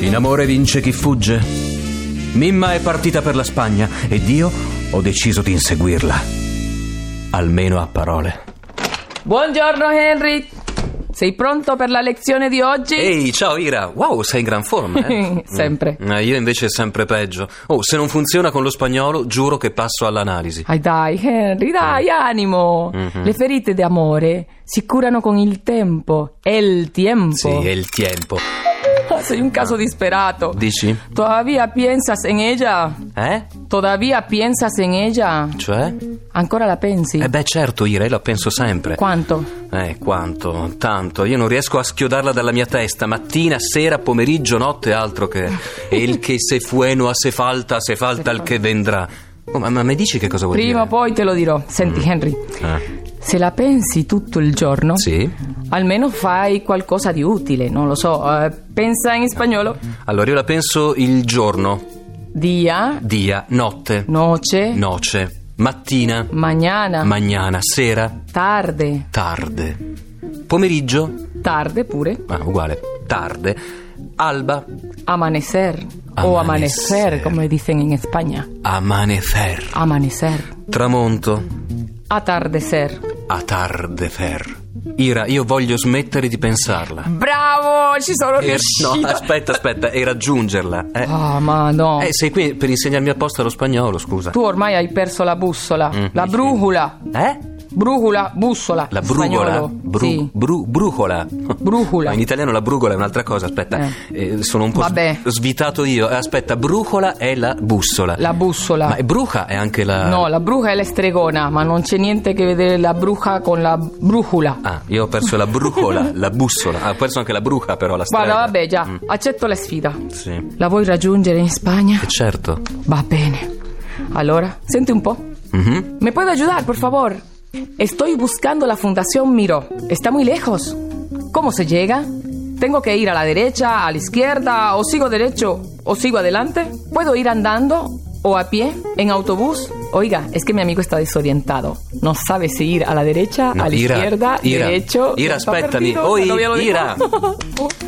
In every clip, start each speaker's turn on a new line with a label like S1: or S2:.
S1: In amore vince chi fugge. Mimma è partita per la Spagna ed io ho deciso di inseguirla. Almeno a parole.
S2: Buongiorno Henry. Sei pronto per la lezione di oggi?
S1: Ehi, ciao Ira. Wow, sei in gran forma, eh?
S2: Sempre.
S1: Mm. Eh, io invece sempre peggio. Oh, se non funziona con lo spagnolo, giuro che passo all'analisi.
S2: Ai dai Henry, dai,
S1: Mm.
S2: animo.
S1: Mhm.
S2: Le ferite d'amore si curano con il tempo. El tiempo. Ah,
S1: Sì, eh. Ah. è il tempo.
S2: Sei un caso disperato.
S1: Dici?
S2: Todavía piensas en ella?
S1: Eh?
S2: Todavía piensas en ella?
S1: Cioè?
S2: Ancora la pensi?
S1: Eh beh, certo, Ira, io la penso sempre.
S2: Quanto?
S1: Eh, quanto, tanto, io non riesco a schiodarla dalla mia testa, mattina, sera, pomeriggio, notte, altro che... El che se fueno a se falta, se falta il che vendrà. Oh, ma, ma mi dici che cosa vuol
S2: Prima o
S1: dire? Mm.
S2: poi te lo dirò. Senti, Henry,
S1: Prima
S2: se la pensi tutto il giorno,
S1: Sì?
S2: almeno fai qualcosa di utile, non lo so. eh, pensa in spagnolo:
S1: Allora io la penso il giorno,
S2: dia,
S1: dia, notte,
S2: noce,
S1: noce, mattina,
S2: mañana,
S1: magnana, sera,
S2: tarde,
S1: tarde, pomeriggio,
S2: tarde pure,
S1: ah, uguale, tarde, alba,
S2: amanecer, o
S1: Amanecer.
S2: amanecer, come dicen in Spagna.
S1: amanecer,
S2: Amanecer,
S1: tramonto,
S2: atardecer.
S1: A tarde, Fer. Ira, io voglio smettere di pensarla.
S2: Bravo, ci sono
S1: E-
S2: riuscito.
S1: no, aspetta, aspetta, e raggiungerla. Eh.
S2: Ah, ma no.
S1: Eh, sei qui per insegnarmi apposta lo spagnolo, scusa.
S2: Tu ormai hai perso la bussola,
S1: Mm,
S2: la
S1: sì.
S2: brugula.
S1: Eh?
S2: Brugula, bussola.
S1: La
S2: in
S1: brugola.
S2: spagnolo.
S1: Bru-
S2: Sì.
S1: bru- brucola.
S2: Brucola.
S1: Ma in italiano la brugola è un'altra cosa, aspetta. Eh, sono un po'
S2: Vabbè.
S1: s- svitato io. Eh, Aspetta, brucola è la bussola.
S2: La bussola.
S1: Ma è bruca è anche la...
S2: No, la bruja è la stregona, ma non c'è niente che vedere la bruja con la brugula.
S1: Ah, io ho perso la brucola, la bussola. Ah, ho perso anche la bruca però, la strega.
S2: Guarda, vabbè, già, accetto la sfida.
S1: Sì, e
S2: La vuoi raggiungere in Spagna?
S1: certo.
S2: Va bene. Allora, senti un po'.
S1: Mhm.
S2: ¿Me puede ayudar, por favor? Estoy buscando la Fundación Miró. Está muy lejos. ¿Cómo se llega? ¿Tengo que ir a la derecha, a la izquierda, o sigo derecho, o sigo adelante? ¿Puedo ir andando, o a pie, en autobús? Oiga, es que mi amigo está desorientado. No sabe si ir a la derecha,
S1: No,
S2: a la
S1: Ira,
S2: izquierda,
S1: Ira,
S2: derecho.
S1: Ira,
S2: Está
S1: aspettami.
S2: perdido,
S1: Oi,
S2: todavía lo digo.
S1: Ira.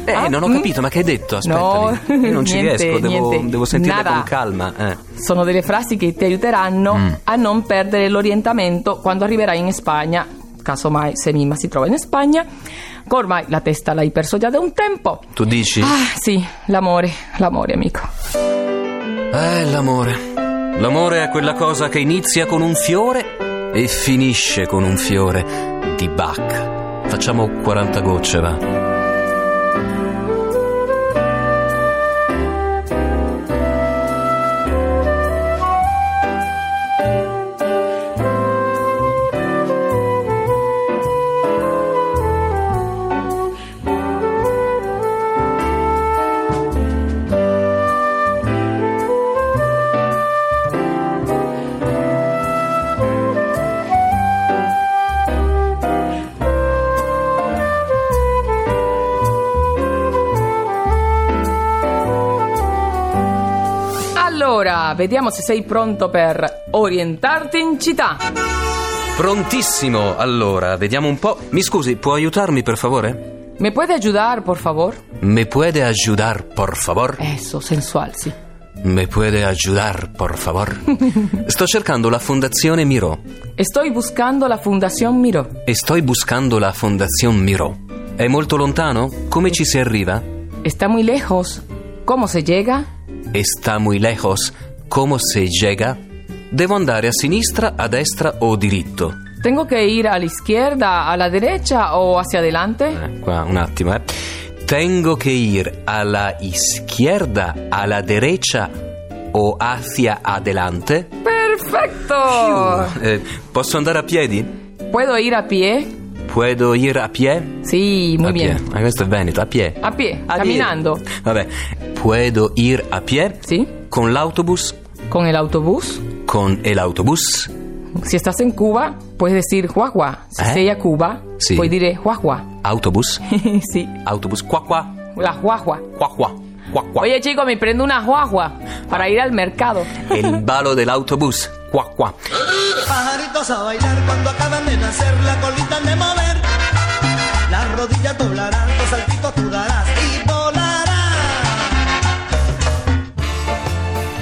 S1: Eh,
S2: Ah,
S1: non ho
S2: mm.
S1: capito, ma che hai detto? Aspettami.
S2: No,
S1: Io non ci
S2: niente,
S1: riesco, devo,
S2: niente.
S1: devo sentirla
S2: Nada.
S1: con calma. eh.
S2: Sono delle frasi che ti aiuteranno a non perdere l'orientamento quando arriverai in Spagna, casomai se Mimma si trova in Spagna. Ormai la testa l'hai perso già da un tempo.
S1: Tu dici?
S2: Ah, sì, l'amore, l'amore, amico.
S1: Eh, l'amore. L'amore è quella cosa che inizia con un fiore e finisce con un fiore di Bach. Facciamo 40 gocce, va.
S2: Allora, vediamo se sei pronto per orientarti in città.
S1: Prontissimo, allora, vediamo un po'. Mi scusi, può aiutarmi per favore?
S2: ¿Me puede ayudar, por favor?
S1: Me puede ayudar, por favor?
S2: Eso, sensual, sì.
S1: Me puede ayudar, por favor? Sto cercando la Fondazione Miro.
S2: Estoy buscando la Fundación Miró.
S1: E sto buscando la Fondazione Miro. È molto lontano? Come ci si arriva?
S2: Está muy lejos. ¿Cómo se llega?
S1: Está muy lejos. Como se llega? Devo andare a sinistra, a destra o diritto?
S2: ¿Tengo que ir a la izquierda, a la derecha o hacia adelante?
S1: Eh, qua un attimo, eh. Tengo che ir alla izquierda, alla derecha o hacia adelante?
S2: ¡Perfecto!
S1: Eh, posso andare a piedi?
S2: ¿Puedo ir a pie?
S1: Puedo ir a pie?
S2: Sí, muy
S1: a
S2: bien.
S1: Pie. Ah, questo è Veneto, a pie.
S2: A pie,
S1: A pie.
S2: caminando.
S1: Vabbè. puedo ir a pie,
S2: ¿Sí?
S1: con el autobús,
S2: Con el autobús.
S1: con el autobús.
S2: Si estás en Cuba, puedes decir guagua. Si
S1: ¿Eh?
S2: estoy a Cuba,
S1: Sí.
S2: pues diré guagua.
S1: Autobús,
S2: sí,
S1: autobús, cuá cuá,
S2: la guagua.
S1: cuá cuá, cuá cuá.
S2: Oye, chico, me prendo una guagua para ir al mercado.
S1: El balo del autobús, cuá cuá.
S3: Pajaritos a bailar cuando acaban de nacer, la colita han de mover. Las rodillas doblarán, los saltitos tú darás y volarás.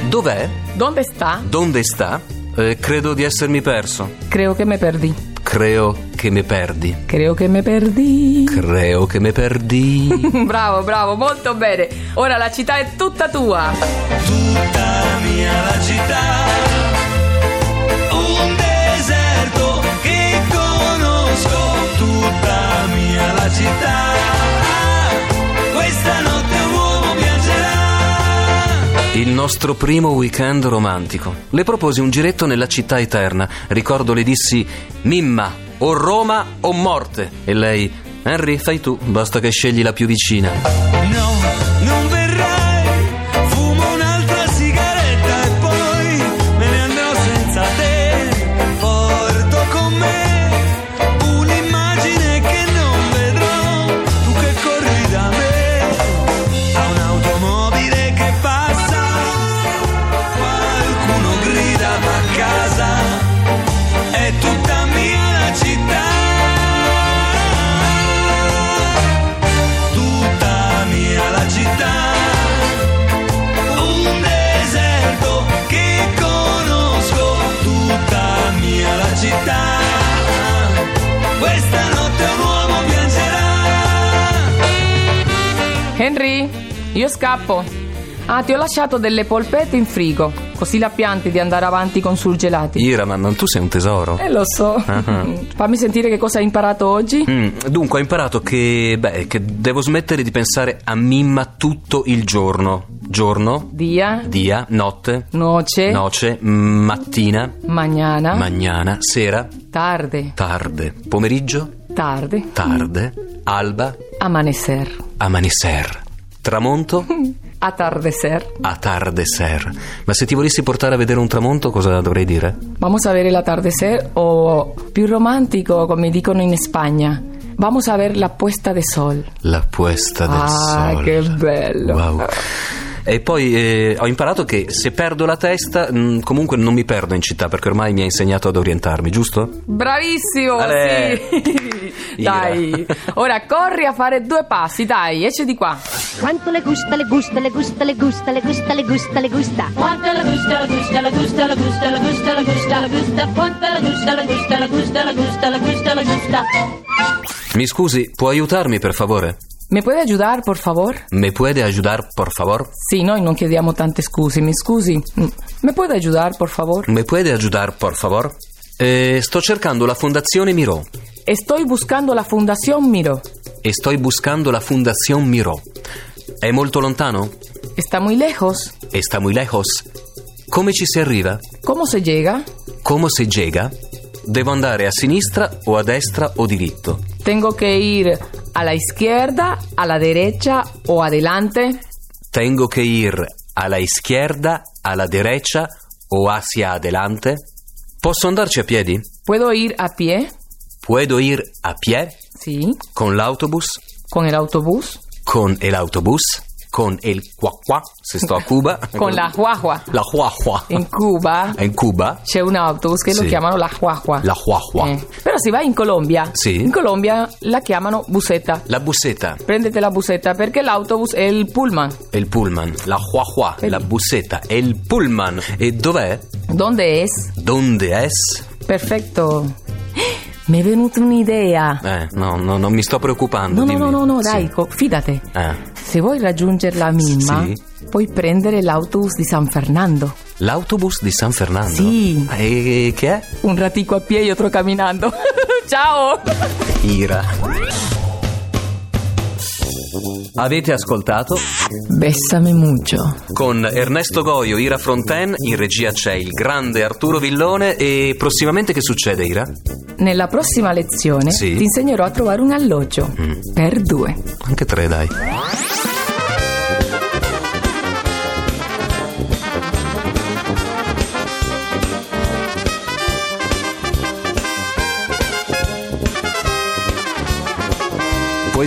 S1: Dov'è?
S2: ¿Dónde está?
S1: Dove sta? Eh, credo di essermi perso.
S2: Creo que me perdí.
S1: Creo che mi perdi.
S2: Creo que me perdí.
S1: Creo che mi perdi.
S2: Bravo, bravo, molto bene. Ora la città è tutta tua.
S3: Tutta mia la città, un deserto che conosco. Tutta mia la città, questa notte un uomo piangerà.
S1: Il nostro primo weekend romantico. Le proposi un giretto nella città eterna. Ricordo le dissi: Mimma, o Roma o morte. E lei: Henry, fai tu, basta che scegli la più vicina.
S3: No, non verrai, fumo un'altra sigaretta e poi me ne andrò senza te. Porto con me un'immagine che non vedrò, tu che corri da me, a un'automobile che passa, qualcuno grida ma a casa, è tutta mia la città tutta mia la città. Un deserto che conosco, tutta mia la città. Questa notte un uomo piangerà.
S2: Henry, io scappo. Ah, ti ho lasciato delle polpette in frigo, così la pianti di andare avanti con surgelati.
S1: Iraman, non tu sei un tesoro.
S2: Eh, lo so. Fammi sentire che cosa hai imparato oggi.
S1: Mm, dunque, ho imparato che, beh, che devo smettere di pensare a Mimma tutto il giorno. Giorno,
S2: Dia,
S1: dia, notte,
S2: noce,
S1: noce, mattina,
S2: mañana,
S1: magnana, sera,
S2: tarde,
S1: tarde, pomeriggio,
S2: tarde,
S1: tarde, alba,
S2: amanecer, Mm.
S1: amanecer, tramonto,
S2: atardecer.
S1: atardecer. Ma se ti volessi portare a vedere un tramonto, cosa dovrei dire?
S2: Vamos a ver el atardecer o più romantico, come dicono in Spagna. Vamos a ver la puesta de sol.
S1: La puesta del
S2: Ah,
S1: sole.
S2: che bello.
S1: Wow. E poi eh, ho imparato che se perdo la testa, mh, comunque non mi perdo in città perché ormai mi ha insegnato ad orientarmi, giusto?
S2: Bravissimo,
S1: Ale.
S2: sì.
S1: Ira.
S2: dai. Ora corri a fare due passi, dai, esci di qua.
S4: Quanto le gusta, le gusta, le gusta, le gusta, le gusta, le gusta, le gusta.
S5: Quanta la gusta, la gusta, la gusta, la gusta, la gusta, la gusta, la gusta, quanta la gusta, la gusta, la gusta, la gusta, la gusta, la gusta.
S1: Mi scusi, può aiutarmi per favore?
S2: ¿Me puede ayudar, por favor?
S1: ¿Me puede ayudar, por favor?
S2: Sì, noi non chiediamo tante scuse, mi scusi. Mm. ¿Me puede ayudar, por favor?
S1: ¿Me puede ayudar, por favor? Eh, sto cercando la Fondazione Miró
S2: Estoy E buscando la Fundación Miro.
S1: e sto buscando la Fondazione Miró. È molto lontano?
S2: Está muy lejos.
S1: E sta muy lejos? Come ci si arriva?
S2: ¿Cómo se llega?
S1: Come si llega? Devo andare a sinistra o a destra o diritto?
S2: ¿Tengo que ir a la izquierda, a la derecha o adelante?
S1: Tengo che ir alla izquierda, alla derecha o hacia adelante? Posso andarci a piedi?
S2: ¿Puedo ir a pie?
S1: Puedo ir a pie,
S2: Sí.
S1: con l'autobus,
S2: ¿Con el autobús?
S1: con l'autobus, con il qua qua, se sto a Cuba.
S2: Con la guagua.
S1: La huahua.
S2: En Cuba
S1: In Cuba?
S2: c'è un autobus che lo
S1: Sì.
S2: chiamano la guagua.
S1: La huahua.
S2: Eh, Però si va in Colombia.
S1: Sì.
S2: In Colombia la chiamano busetta.
S1: La busetta,
S2: Prendete la busetta perché l'autobus è il pullman.
S1: il pullman. La huahua, la busetta, è il pullman. E dov'è?
S2: Donde es?
S1: Donde es?
S2: Perfetto. Mi è venuta un'idea.
S1: Eh, no, no, non mi sto preoccupando.
S2: No, no,
S1: dimmi.
S2: no, no, no,
S1: Sì.
S2: dai, co- fidate.
S1: Eh,
S2: Se vuoi raggiungere la Mimma,
S1: Sì.
S2: puoi prendere l'autobus di San Fernando.
S1: L'autobus di San Fernando?
S2: Sì.
S1: E che è?
S2: Un ratico a piedi e otro camminando. Ciao!
S1: Ira. Avete ascoltato?
S2: Bessame mucho.
S1: Con Ernesto Goio, Ira Fronten, in regia c'è il grande Arturo Villone e prossimamente che succede Ira?
S2: Nella prossima lezione
S1: Sì. Mm.
S2: ti insegnerò a trovare un alloggio per due.
S1: Anche tre dai. Puoi